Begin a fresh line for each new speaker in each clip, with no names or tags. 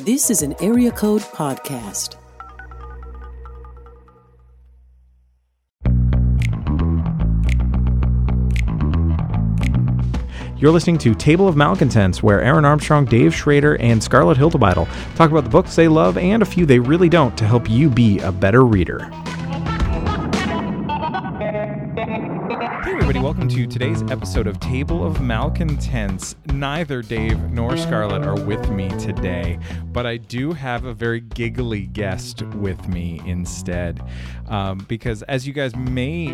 This is an Area Code Podcast.
You're listening to Table of Malcontents, where Aaron Armstrong, Dave Schrader, and Scarlett Hildebeitel talk about the books they love and a few they really don't to help you be a better reader. Hey, everybody, welcome to today's episode of Table of Malcontents. Neither Dave nor Scarlett are with me today, but I do have a very giggly guest with me instead. Um, because, as you guys may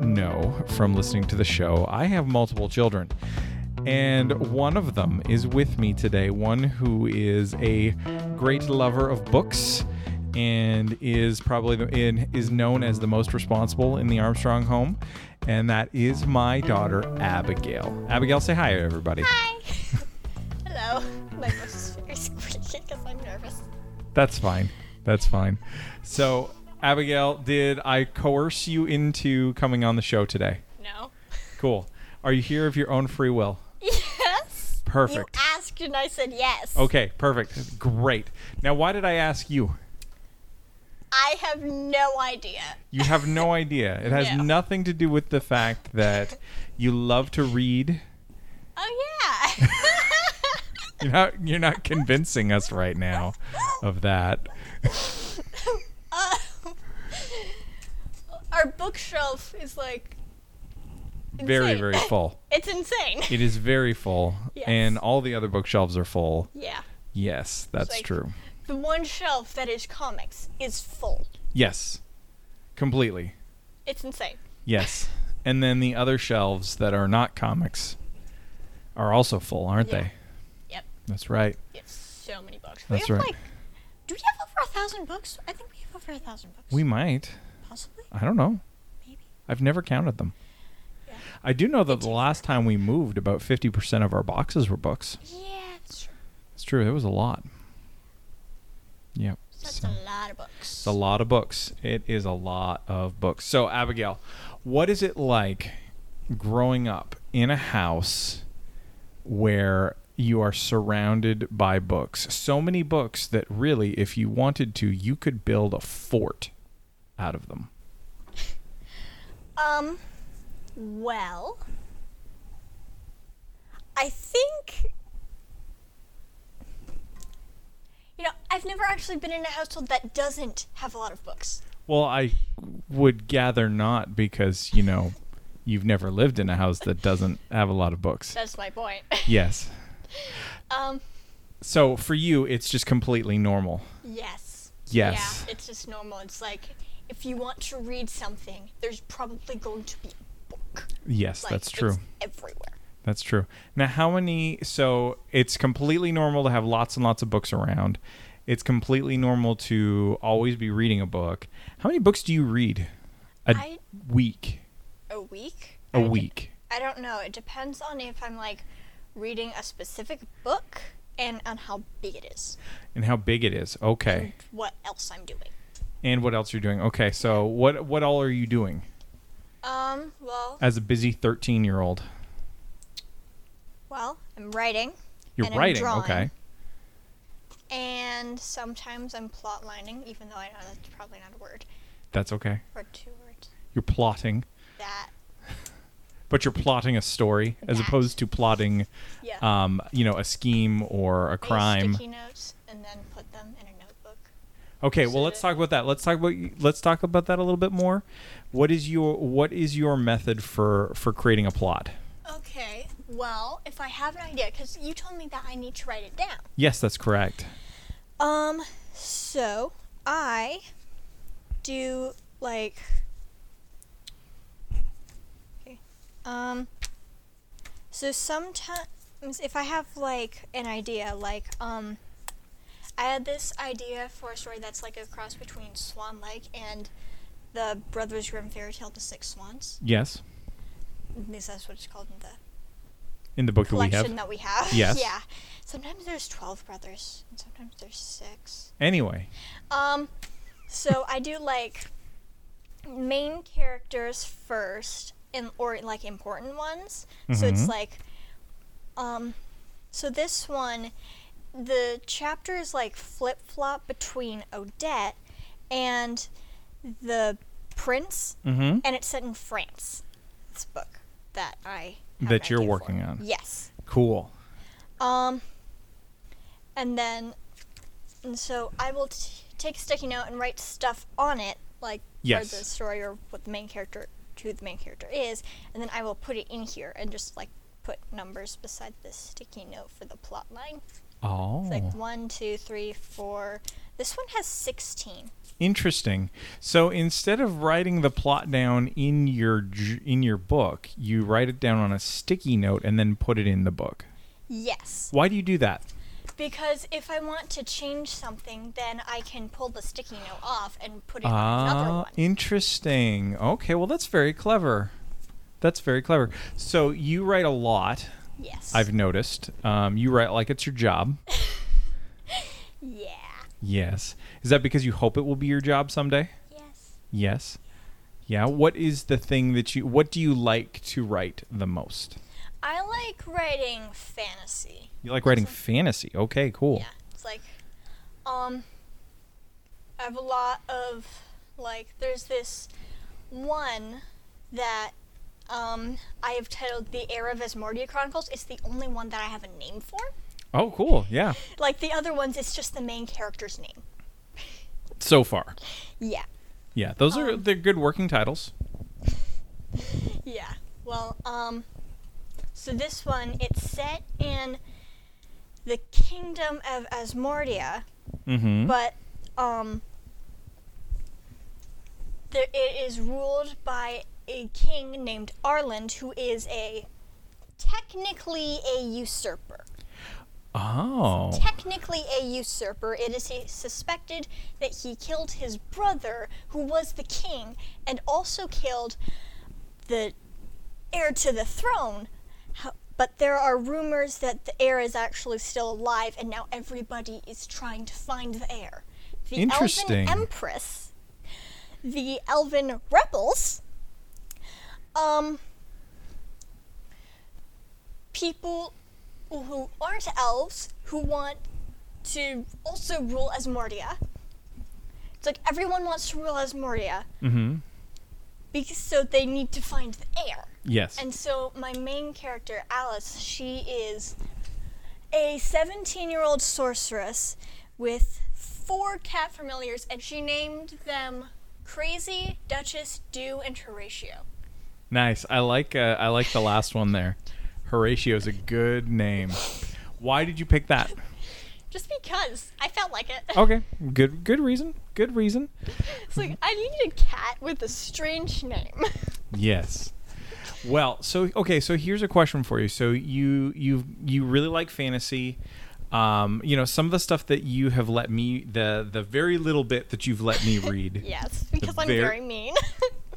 know from listening to the show, I have multiple children. And one of them is with me today, one who is a great lover of books and is probably the, in, is known as the most responsible in the Armstrong home, and that is my daughter Abigail. Abigail, say hi, everybody.
Hi. Hello. My voice is very squeaky because I'm nervous.
That's fine. That's fine. So, Abigail, did I coerce you into coming on the show today?
No.
Cool. Are you here of your own free will?
Yes.
Perfect. Oh.
You asked and I said yes.
Okay, perfect. Great. Now, why did I ask you?
I have no idea.
You have no idea. It has
No.
nothing to do with the fact that you love to read.
Oh yeah.
You're not, you're not convincing us right now of that.
Uh, Our bookshelf is like
Very,
Insane.
very full.
it's insane.
It is very full,
Yes.
and all the other bookshelves are full.
yeah.
Yes, that's
like-
true.
The one shelf that is comics is full.
Yes, completely.
It's insane.
Yes. And then the other shelves that are not comics are also full, aren't
Yeah.
they?
Yep.
That's right.
We have so many books.
That's
we have
right.
like do we have over a thousand books? I think we have over a thousand books.
We might.
possibly
I don't know.
maybe.
I've never counted them.
Yeah.
I do know that the last time we moved, about 50% of our boxes were books.
Yeah, that's true.
It's true. It was a lot. Yep.
That's
So,
a lot of books.
it's a lot of books. It is a lot of books. So, Abigail, what is it like growing up in a house where you are surrounded by books? So many books that really, if you wanted to, you could build a fort out of them.
Um, well, I think. You know, I've never actually been in a household that doesn't have a lot of books.
Well, I would gather not because, you know, you've never lived in a house that doesn't have a lot of books.
That's my point.
Yes.
um,
So for you, it's just completely normal.
yes.
Yes.
Yeah, it's just normal. It's like if you want to read something, there's probably going to be a book.
Yes,
Like,
that's
it's
true.
everywhere.
That's true. Now, how many? So it's completely normal to have lots and lots of books around. It's completely normal to always be reading a book. How many books do you read a
I-
week?
A week?
A
I d-
week.
I don't know. It depends on if I'm like reading a specific book and on how big it is.
And how big it is. Okay.
what else I'm doing.
And what else you're doing? Okay. So what what all are you doing
Um, well,
as a busy 13 year old?
well, I'm writing
You're
And I'm
writing.
drawing.
Okay.
and sometimes I'm plotlining, even though I know that's probably not a word
That's okay.
or two words.
You're plotting,
That
but you're plotting a story as
That.
opposed to plotting
yeah.
um, you know, a scheme or a
I use
crime.
sticky notes and then put them in a notebook.
Okay, well, let's talk about that. Let's talk about let's talk about that a little bit more. What is your what is your method for for creating a plot?
Okay. Well, if I have an idea, because you told me that I need to write it down.
Yes, that's correct.
Um, so I do like okay. Um so sometimes if I have like an idea like um I had this idea for a story that's like a cross between Swan Lake and the Brothers Grimm fairy tale The Six Swans.
Yes,
At least that's what it's called in the
in the book that we
collection
have.
that we have.
Yes.
yeah. Sometimes there's 12 brothers and sometimes there's 6.
Anyway,
Um, so I do like main characters first, and or like
Mm-hmm.
important ones. So it's like, um, so this one the chapter is like flip flop between Odette and the prince,
Mm-hmm.
and it's set in France. This book that I have
That
an
you're
idea for.
working on.
Yes.
Cool.
Um, and then, and so I will t- take a sticky note and write stuff on it, like
Yes.
for the story or what the main character, who the main character is, and then I will put it in here and just like put numbers beside the sticky note for the plot line.
Oh.
It's like one, two, three, four. This one has sixteen.
Interesting. So instead of writing the plot down in your j- in your book, you write it down on a sticky note and then put it in the book.
Yes,
Why do you do that?
because if I want to change something, then I can pull the sticky note off and put it on another
Ah,
one.
interesting. Okay, well that's very clever. That's very clever. So you write a lot.
Yes.
I've noticed. Um, you write like it's your job.
yeah.
Yes. Is that because you hope it will be your job someday?
Yes.
Yes. Yeah. What is the thing that you? What do you like to write the most?
I like writing fantasy.
You like writing fantasy. Okay, cool.
Yeah, it's like, um, I have a lot of like. There's this one that um I have titled "The Era of Asmordia Chronicles." It's the only one that I have a name for.
Oh, cool. Yeah.
Like the other ones, it's just the main character's name.
So far.
Yeah.
Yeah, those are they're good working titles.
Yeah. Well, um, so this one it's set in the kingdom of Asmordia.
Mm-hmm.
but um there, it is ruled by a king named Arland who is a technically a usurper
Oh.
technically a usurper it is he- suspected that he killed his brother who was the king and also killed the heir to the throne Ho- but there are rumors that the heir is actually still alive and now everybody is trying to find the heir the
Interesting.
elven empress the elven rebels um people who aren't elves who want to also rule as Mordia. It's like everyone wants to rule as Mordia
Mm-hmm.
because so they need to find the heir.
Yes.
And so my main character, Alice, she is a 17 year old sorceress with four cat familiars, and she named them Crazy, Duchess, Dew, and Horatio.
nice. I like uh, I like the last one there. Horatio's a good name. Why did you pick that?
Just because I felt like it.
Okay. Good good reason. Good reason.
It's like I need a cat with a strange name.
Yes. Well, so okay, so here's a question for you. So you you you really like fantasy. Um, you know, some of the stuff that you have let me the the very little bit that you've let me read.
yes, because I'm
Ver-
very mean.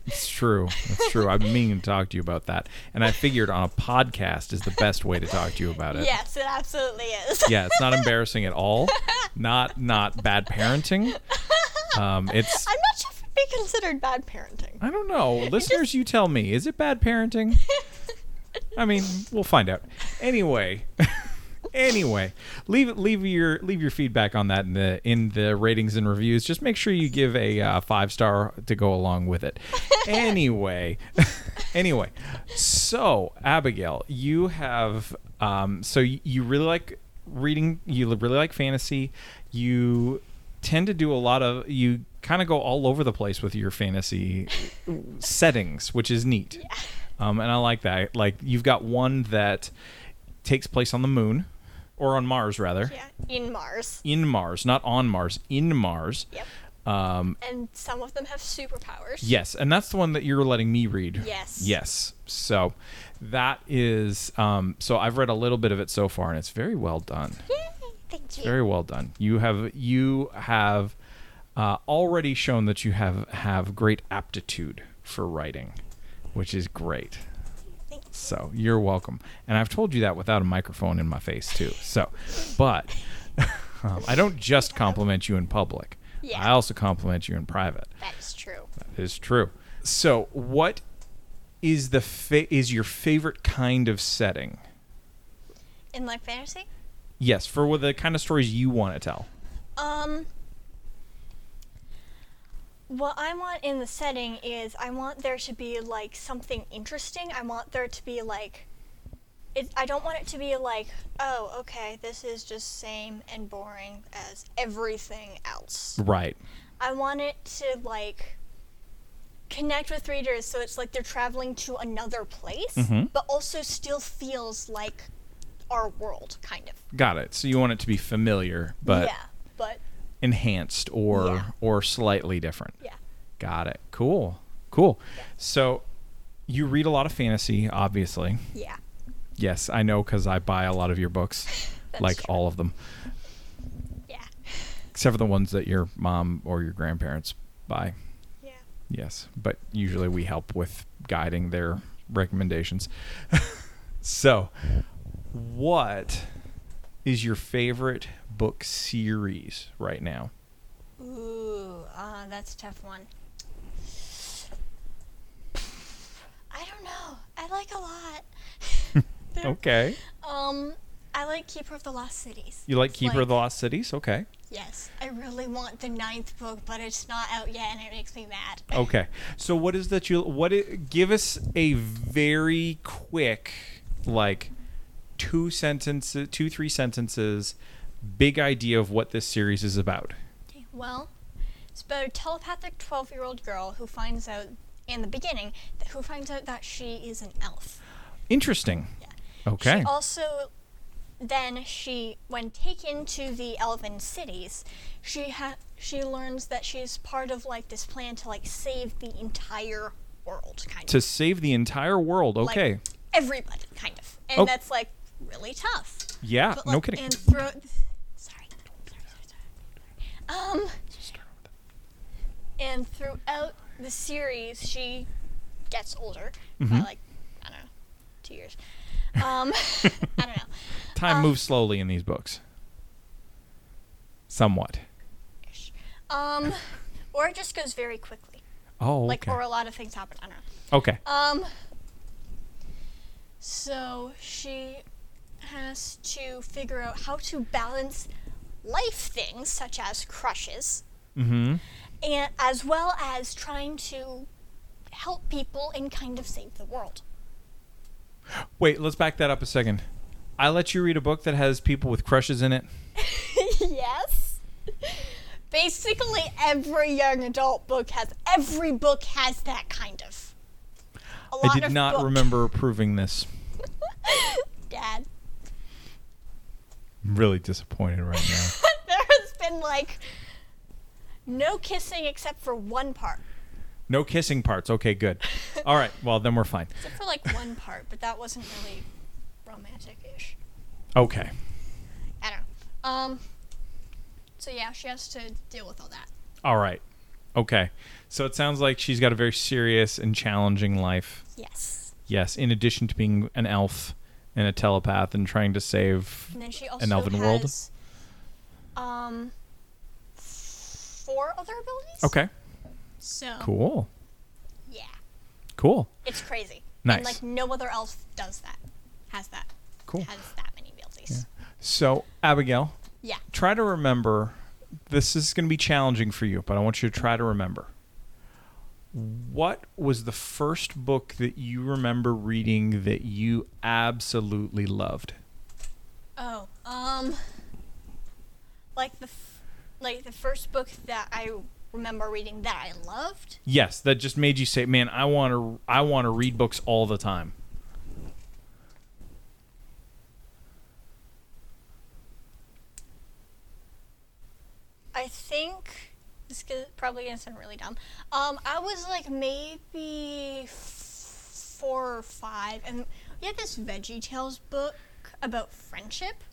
It's true. It's true. I've been meaning to talk to you about that. And I figured on a podcast is the best way to talk to you about it.
yes, it absolutely is.
Yeah, it's not embarrassing at all. Not not bad parenting. Um, it's
I'm not sure if it'd be considered bad parenting.
I don't know. Listeners, you tell me. Is it bad parenting? I mean, we'll find out. Anyway, anyway, leave leave your leave your feedback on that in the in the ratings and reviews. Just make sure you give a uh, five star to go along with it. Anyway, anyway, so Abigail, you have um, so y- you really like reading. You really like fantasy. You tend to do a lot of you kind of go all over the place with your fantasy settings, which is neat. Um, and I like that. Like you've got one that takes place on the moon, or on Mars rather,
Yeah, in Mars.
in Mars, not on Mars, in Mars.
Yep.
Um,
And some of them have superpowers.
yes, and that's the one that you're letting me read.
Yes.
Yes. So that is. Um, so I've read a little bit of it so far, and it's very well done.
Yay, thank you.
Very well done. You have you have uh, already shown that you have have great aptitude for writing, which is great.
Thank you.
So you're welcome. And I've told you that without a microphone in my face too. So, but um, I don't just compliment you in public.
Yeah.
I also compliment you in private.
That is true.
That is true. So what is the fa- is your favorite kind of setting?
In like fantasy?
Yes, for what the kind of stories you want to tell.
Um, what I want in the setting is I want there to be like something interesting. I want there to be like, it, I don't want it to be like, oh, okay, this is just same and boring as everything else.
Right.
I want it to like connect with readers so it's like they're traveling to another place,
Mm-hmm.
but also still feels like our world, kind of.
Got it. So you want it to be familiar, but
yeah, but
enhanced or
Yeah.
or slightly different.
yeah.
Got it. Cool. Cool. So you read a lot of fantasy, obviously.
Yeah.
Yes, I know because I buy a lot of your books,
That's
like
true.
all of them,
Yeah.
except for the ones that your mom or your grandparents buy.
Yeah.
Yes, but usually we help with guiding their recommendations. so, what is your favorite book series right now?
Ooh, uh, that's a tough one. I don't know. I like a lot. There-
Okay.
Um, I like Keeper of the Lost Cities.
You like
It's
Keeper of the Lost Cities? Okay.
Yes, I really want the ninth book, but it's not out yet, and it makes me mad.
Okay. So what is that you what i give us a very quick like two sentences two three sentences big idea of what this series is about.
Okay, Well, it's about a telepathic 12 year old girl who finds out, in the beginning, that, who finds out that she is an elf.
Interesting. Okay.
She also, then she, when taken to the Elven cities, she ha- she learns that she's part of like this plan to like save the entire world, kind
To
of.
save the entire world.
Like,
Okay.
everybody, kind of, and
Oh.
that's like really tough.
yeah,
But,
no
like,
kidding.
And throughout, sorry, sorry, sorry, sorry. Um, and throughout the series, she gets older by like I don't know, two years. Um, I don't know.
Time
um,
moves slowly in these books. Somewhat.
Um, or it just goes very quickly.
Oh,
Like,
okay.
or a lot of things happen. I don't know.
okay.
Um, so she has to figure out how to balance life things such as crushes, mm-hmm. and as well as trying to help people and kind of save the world.
Wait, let's back that up a second. I let you read a book that has people with crushes in it.
yes. Basically, every young adult book has every book has that kind of. A
I
lot
did
of
not
book-
remember approving this.
Dad,
I'm really disappointed right now.
there has been like no kissing except for one part.
no kissing parts. Okay, good. All right. Well, then we're fine.
Except for like one part, but that wasn't really romantic-ish.
Okay.
I don't know. Um. So yeah, she has to deal with all that.
All right. Okay. So it sounds like she's got a very serious and challenging life.
Yes.
Yes, in addition to being an elf and a telepath and trying to save
And then she also
elven
has
world?
um four other abilities.
Okay.
So
Cool.
yeah,
Cool.
it's crazy.
Nice.
And like no other elf does that, has that,
Cool.
has that many abilities.
So, Abigail,
Yeah.
try to remember this is going to be challenging for you, but I want you to try to remember. What was the first book that you remember reading that you absolutely loved?
Oh, um, like the f- like the first book that I remember reading that I loved.
Yes, that just made you say, "Man, I want to I want to read books all the time."
I think this is gonna- probably gonna sound really dumb. Um, I was like maybe f- four or five, and we had this Veggie Tales book about friendship,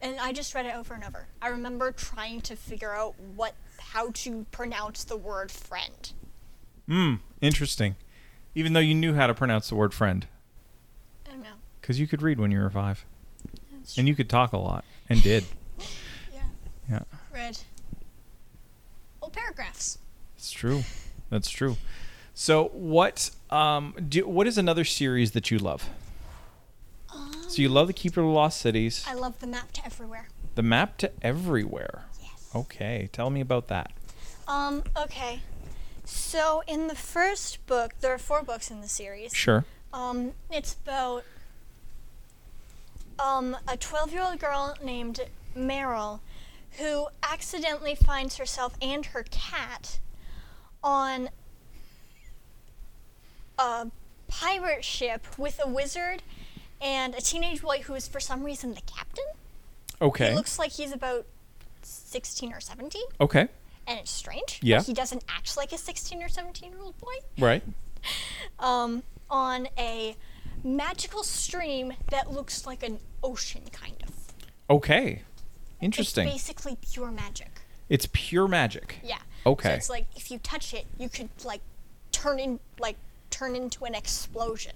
and I just read it over and over. I remember trying to figure out what how to pronounce the word friend.
Hmm, Interesting. Even though you knew how to pronounce the word friend
I don't know.
cuz you could read when you were 5
That's
and you could talk a lot and did.
Yeah.
Yeah.
Read. Whole paragraphs.
It's true. That's true. So what um do what is another series that you love?
Um,
So you love the Keeper of the Lost Cities,
I love the map to everywhere.
the map to everywhere.
Yes.
Okay, tell me about that.
Um, okay. So in the first book, there are four books in the series.
Sure.
Um, it's about um, a 12 year old girl named Meryl who accidentally finds herself and her cat on a pirate ship with a wizard and a teenage boy who is, for some reason, the captain.
Okay.
He looks like he's about 16 or 17,
okay.
and it's strange.
Yeah.
He doesn't act like a 16 or 17 year old boy
Right.
um, on a magical stream that looks like an ocean, kind of.
Okay.
It's
Interesting. It's,
basically pure magic.
pure magic.
Yeah. So
Okay.
it's like if you touch it, you could like turn in like turn into an explosion.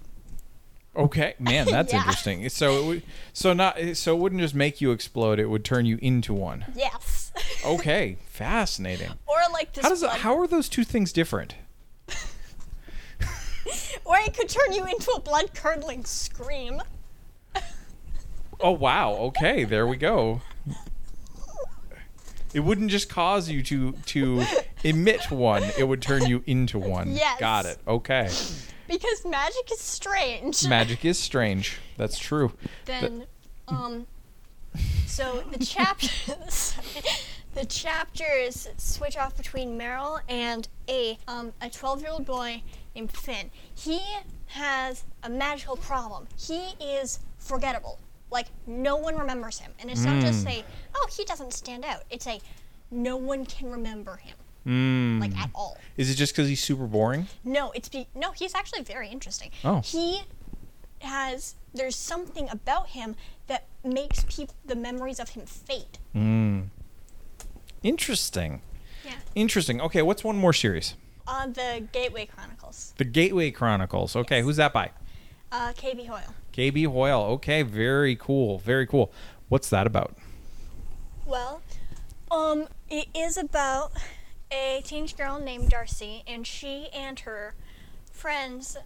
Okay. Man, that's
Yeah.
interesting. So it would, so not so it wouldn't just make you explode, it would turn you into one.
Yes.
Okay. Fascinating.
or like this.
Oh. How does that,
bug-
how are those two things different?
Or it could turn you into a blood curdling scream.
Oh wow. Okay, there we go. It wouldn't just cause you to to emit one; it would turn you into one.
Yes.
Got it. Okay.
Because magic is strange.
Magic is strange. That's true.
then um so the chapters the chapters switch off between Meryl and a um a 12 year old boy named Finn. He has a magical problem. He is forgettable. Like no one remembers him. And it's not just a oh he doesn't stand out. It's a no one can remember him. Like at all.
Hmm. Is it just because he's super boring?
No, it's be no. He's actually very interesting.
Oh.
He has. There's something about him that makes peop- the memories of him fade.
Interesting.
Yeah.
Interesting. Okay, what's one more series?
On Uh, the Gateway Chronicles,
The Gateway Chronicles. Okay, who's that by?
uh, KB Hoyle.
KB Hoyle. Okay, very cool. Very cool. What's that about?
Well, um, it is about a teenage girl named Darcy, and she and her friends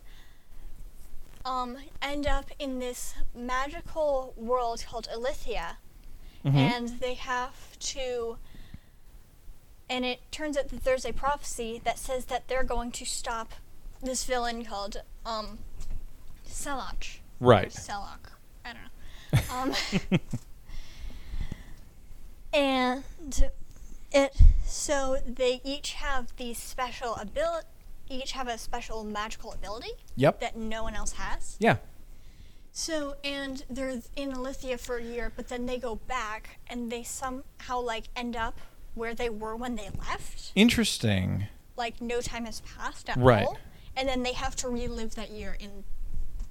um, end up in this magical world called Elithia, and they have to. And it turns out that there's a prophecy that says that they're going to stop this villain called um, Selach.
Right.
Sellock. I don't know. Um, and it so they each have these special ability. Each have a special magical ability
Yep.
that no one else has.
Yeah.
So and they're in Alithia for a year, but then they go back and they somehow like end up where they were when they left.
Interesting.
Like no time has passed at
Right.
all, and then they have to relive that year in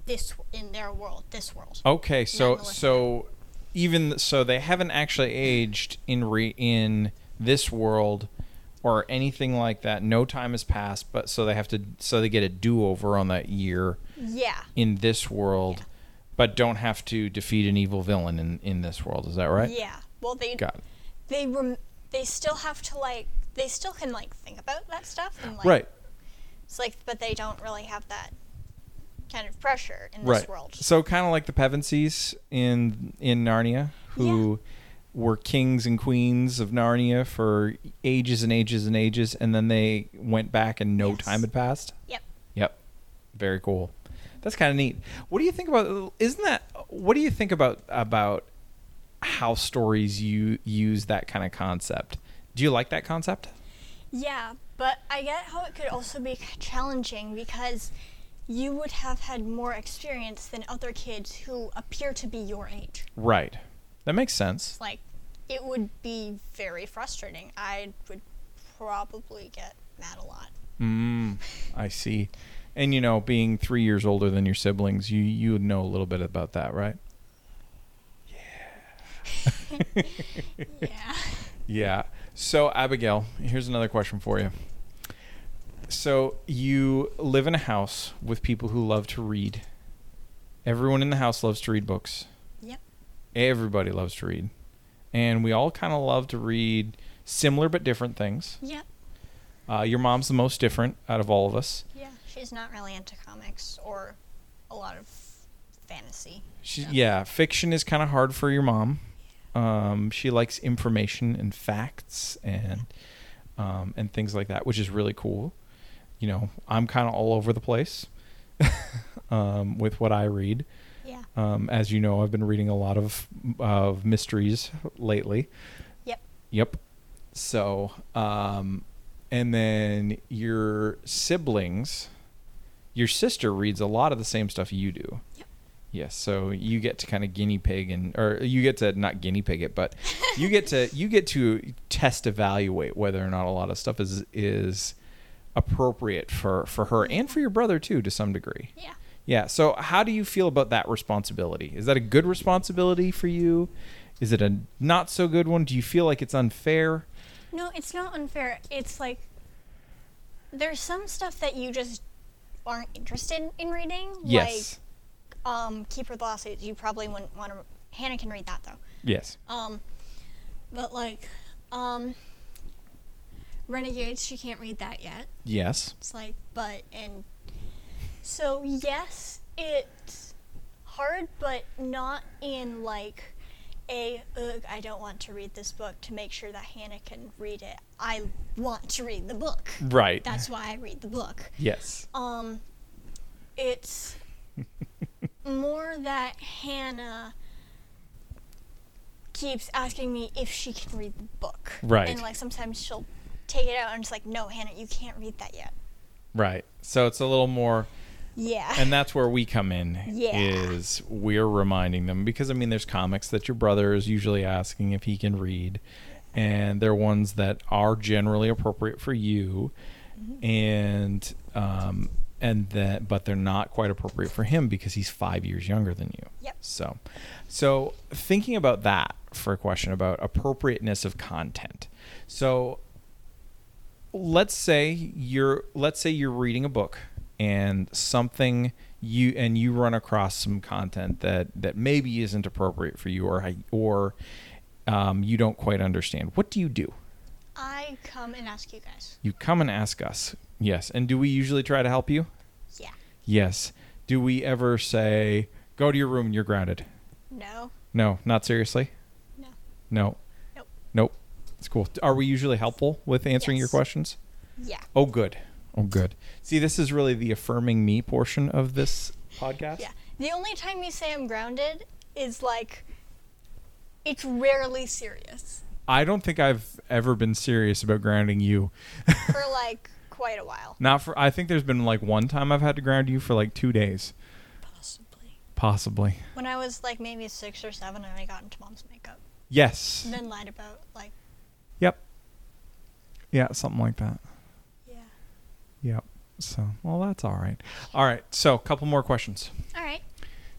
this in their world, this world.
Okay, so
Melissa.
so even so they haven't actually aged in re in this world or anything like that. No time has passed, but so they have to so they get a do-over on that year
Yeah.
in this world but don't have to defeat an evil villain in in this world. Is that right?
Yeah. Well, they
Got it.
they rem- they still have to like they still can like think about that stuff and like
Right.
it's like but they don't really have that kind of pressure in
Right.
this world.
So kind of like the Pevensies in in Narnia who were kings and queens of Narnia for ages and ages and ages and then they went back and no
Yes.
time had passed.
Yep.
Yep. Very cool. That's kind of neat. What do you think about isn't that what do you think about about how stories you use that kind of concept? Do you like that concept?
Yeah, but I get how it could also be challenging because you would have had more experience than other kids who appear to be your age.
Right. That makes sense.
Like it would be very frustrating. I would probably get mad a lot.
Mm, I see. And you know, being 3 years older than your siblings, you you would know a little bit about that, right?
Yeah.
Yeah. So, Abigail, here's another question for you. So, you live in a house with people who love to read. Everyone in the house loves to read books.
yep.
Everybody loves to read. And we all kind of love to read similar but different things.
Yep.
Uh, your mom's the most different out of all of us.
Yeah, she's not really into comics or a lot of fantasy.
She,
So-
yeah, fiction is kind of hard for your mom. Um, she likes information and facts and um, and things like that, which is really cool. You know, I'm kind of all over the place um, with what I read.
Yeah.
Um, as you know, I've been reading a lot of of mysteries lately.
Yep.
Yep. So, um, and then your siblings, your sister reads a lot of the same stuff you do.
Yep.
Yes. So you get to kind of guinea pig and, or you get to not guinea pig it, but you get to you get to test evaluate whether or not a lot of stuff is is appropriate for for her and for your brother too to some degree.
Yeah.
Yeah. So, how do you feel about that responsibility? Is that a good responsibility for you? Is it a not so good one? Do you feel like it's unfair?
No, it's not unfair. It's like there's some stuff that you just aren't interested in reading.
Yes.
Like um Keeper of the Lost Age. You probably wouldn't want to Hannah can read that though.
Yes.
Um but like um Renegades, she can't read that yet.
Yes.
It's like but and so yes, it's hard but not in like a ugh, I don't want to read this book to make sure that Hannah can read it. I want to read the book.
Right.
That's why I read the book.
yes.
Um it's more that Hannah keeps asking me if she can read the book.
Right.
And like sometimes she'll take it out and it's like, No, Hannah, you can't read that yet.
Right. So it's a little more
Yeah.
and that's where we come in
Yeah.
is we're reminding them because I mean there's comics that your brother is usually asking if he can read and they're ones that are generally appropriate for you
Mm-hmm.
and um and that but they're not quite appropriate for him because he's 5 years younger than you.
Yep.
So so thinking about that for a question about appropriateness of content. So let's say you're let's say you're reading a book and something you and you run across some content that that maybe isn't appropriate for you or or um, you don't quite understand what do you do
I come and ask you guys.
you come and ask us yes and do we usually try to help you
Yeah.
yes do we ever say go to your room you're grounded
No.
no not seriously
No.
no
Nope.
nope it's cool are we usually helpful with answering your
Yes.
questions
Yeah.
Oh, good. Oh, good. See, this is really the affirming me portion of this podcast.
Yeah. The only time you say I'm grounded is like it's rarely serious
I don't think I've ever been serious about grounding you.
for like quite a while.
Not for. I think there's been like one time I've had to ground you for like two days,
Possibly.
possibly.
When I was like maybe six or seven and I got into mom's makeup.
Yes.
And then lied about like
Yep. Yeah, something like that.
Yeah.
Yep. So, well, that's all right. All right. So, a couple more questions.
Alright.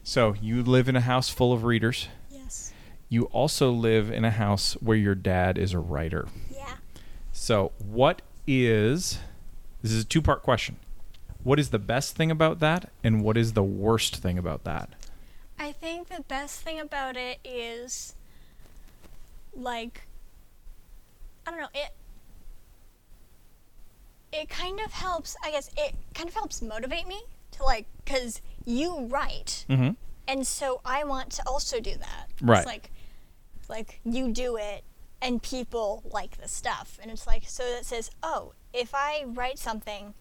So, you live in a house full of readers.
Yes.
You also live in a house where your dad is a writer.
Yeah.
So, what is this is a two part question. What is the best thing about that, and what is the worst thing about that?
I think the best thing about it is like I don't know, it it kind of helps, I guess it kind of helps motivate me to like cuz you write
Mm-hmm.
and so I want to also do that.
Right.
It's like like you do it and people like the stuff and it's like so that says, "Oh, if I write something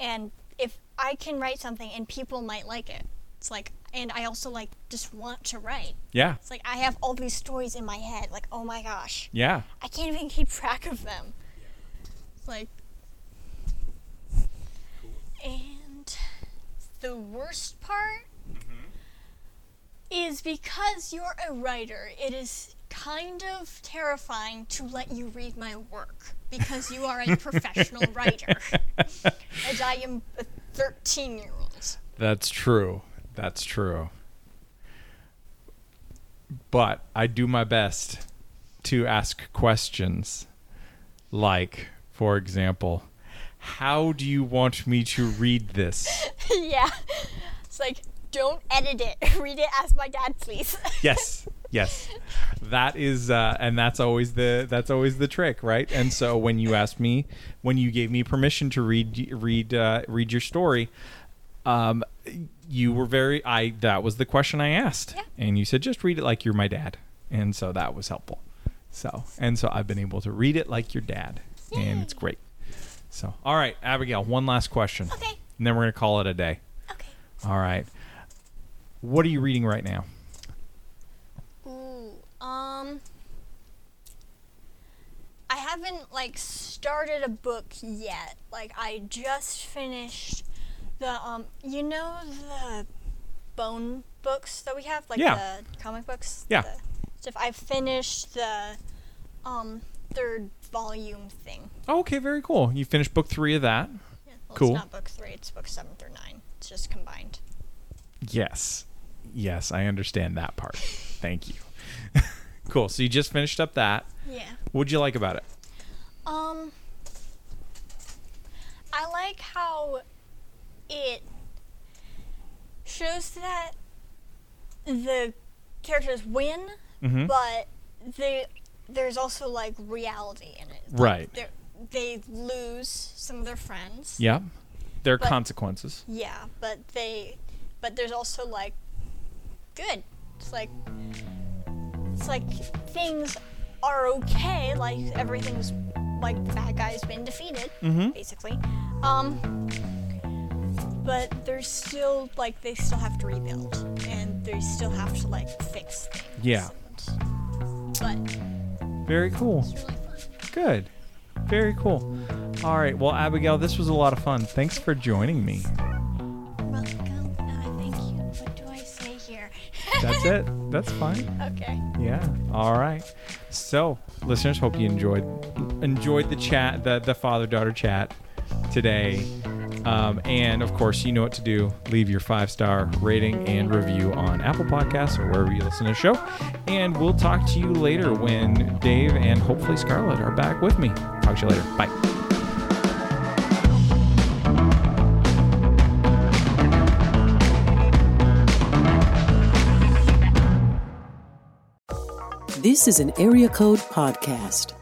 and if I can write something and people might like it." It's like and I also like just want to write.
Yeah,
It's like I have all these stories in my head like, "Oh my gosh,
yeah,
I can't even keep track of them." It's like and the worst part is because you're a writer, it is kind of terrifying to let you read my work because you are a professional writer, as I am a 13 year old.
that's true. That's true. But I do my best to ask questions, like, for example, how do you want me to read this?
yeah. It's like, don't edit it. Read it as my dad, please.
yes yes that is uh, and that's always the that's always the trick right and so when you asked me when you gave me permission to read read uh, read your story um you were very I that was the question I asked.
Yeah.
And you said just read it like you're my dad. And so that was helpful. So, and so I've been able to read it like your dad. And it's great. So, all right, Abigail, one last question.
Okay.
And then we're going to call it a day.
Okay.
All right. What are you reading right now?
Ooh, um, I haven't like started a book yet. Like I just finished the um, you know the bone books that we have, like
Yeah.
the comic books.
Yeah.
the stuff. I finished the um third volume thing.
Oh, okay, very cool. You finished book 3 of that.
Yeah,
Cool.
It's not book three. It's book seven through nine. It's just combined.
Yes. Yes, I understand that part. Thank you. cool. So you just finished up that.
Yeah.
What'd you like about it?
Um, I like how it shows that the characters win,
Mm-hmm. Hmm?
but they there's also like reality in it. Like,
Right.
they're- They lose some of their friends.
Yeah. There are
But-
consequences.
Yeah, but they, but there's also like good. It's like it's like things are okay. Like everything's like the bad guy's been defeated,
Mm-hmm.
basically. Um, but there's still like they still have to rebuild and they still have to like fix things.
Yeah.
And,
Very cool.
but it's really fun.
Good. Very cool. All right. Well, Abigail, this was a lot of fun. Thanks for joining me.
Welcome. I thank you. What do I say here?
That's it. That's fine.
okay.
Yeah. All right. So, listeners, hope you enjoyed enjoyed the chat, the the father daughter chat today. Um, and of course, you know what to do. Leave your five star rating and review on Apple Podcasts or wherever you listen to the show. And we'll talk to you later when Dave and hopefully Scarlett are back with me. Talk to you later. Bye.
This is an Area Code Podcast.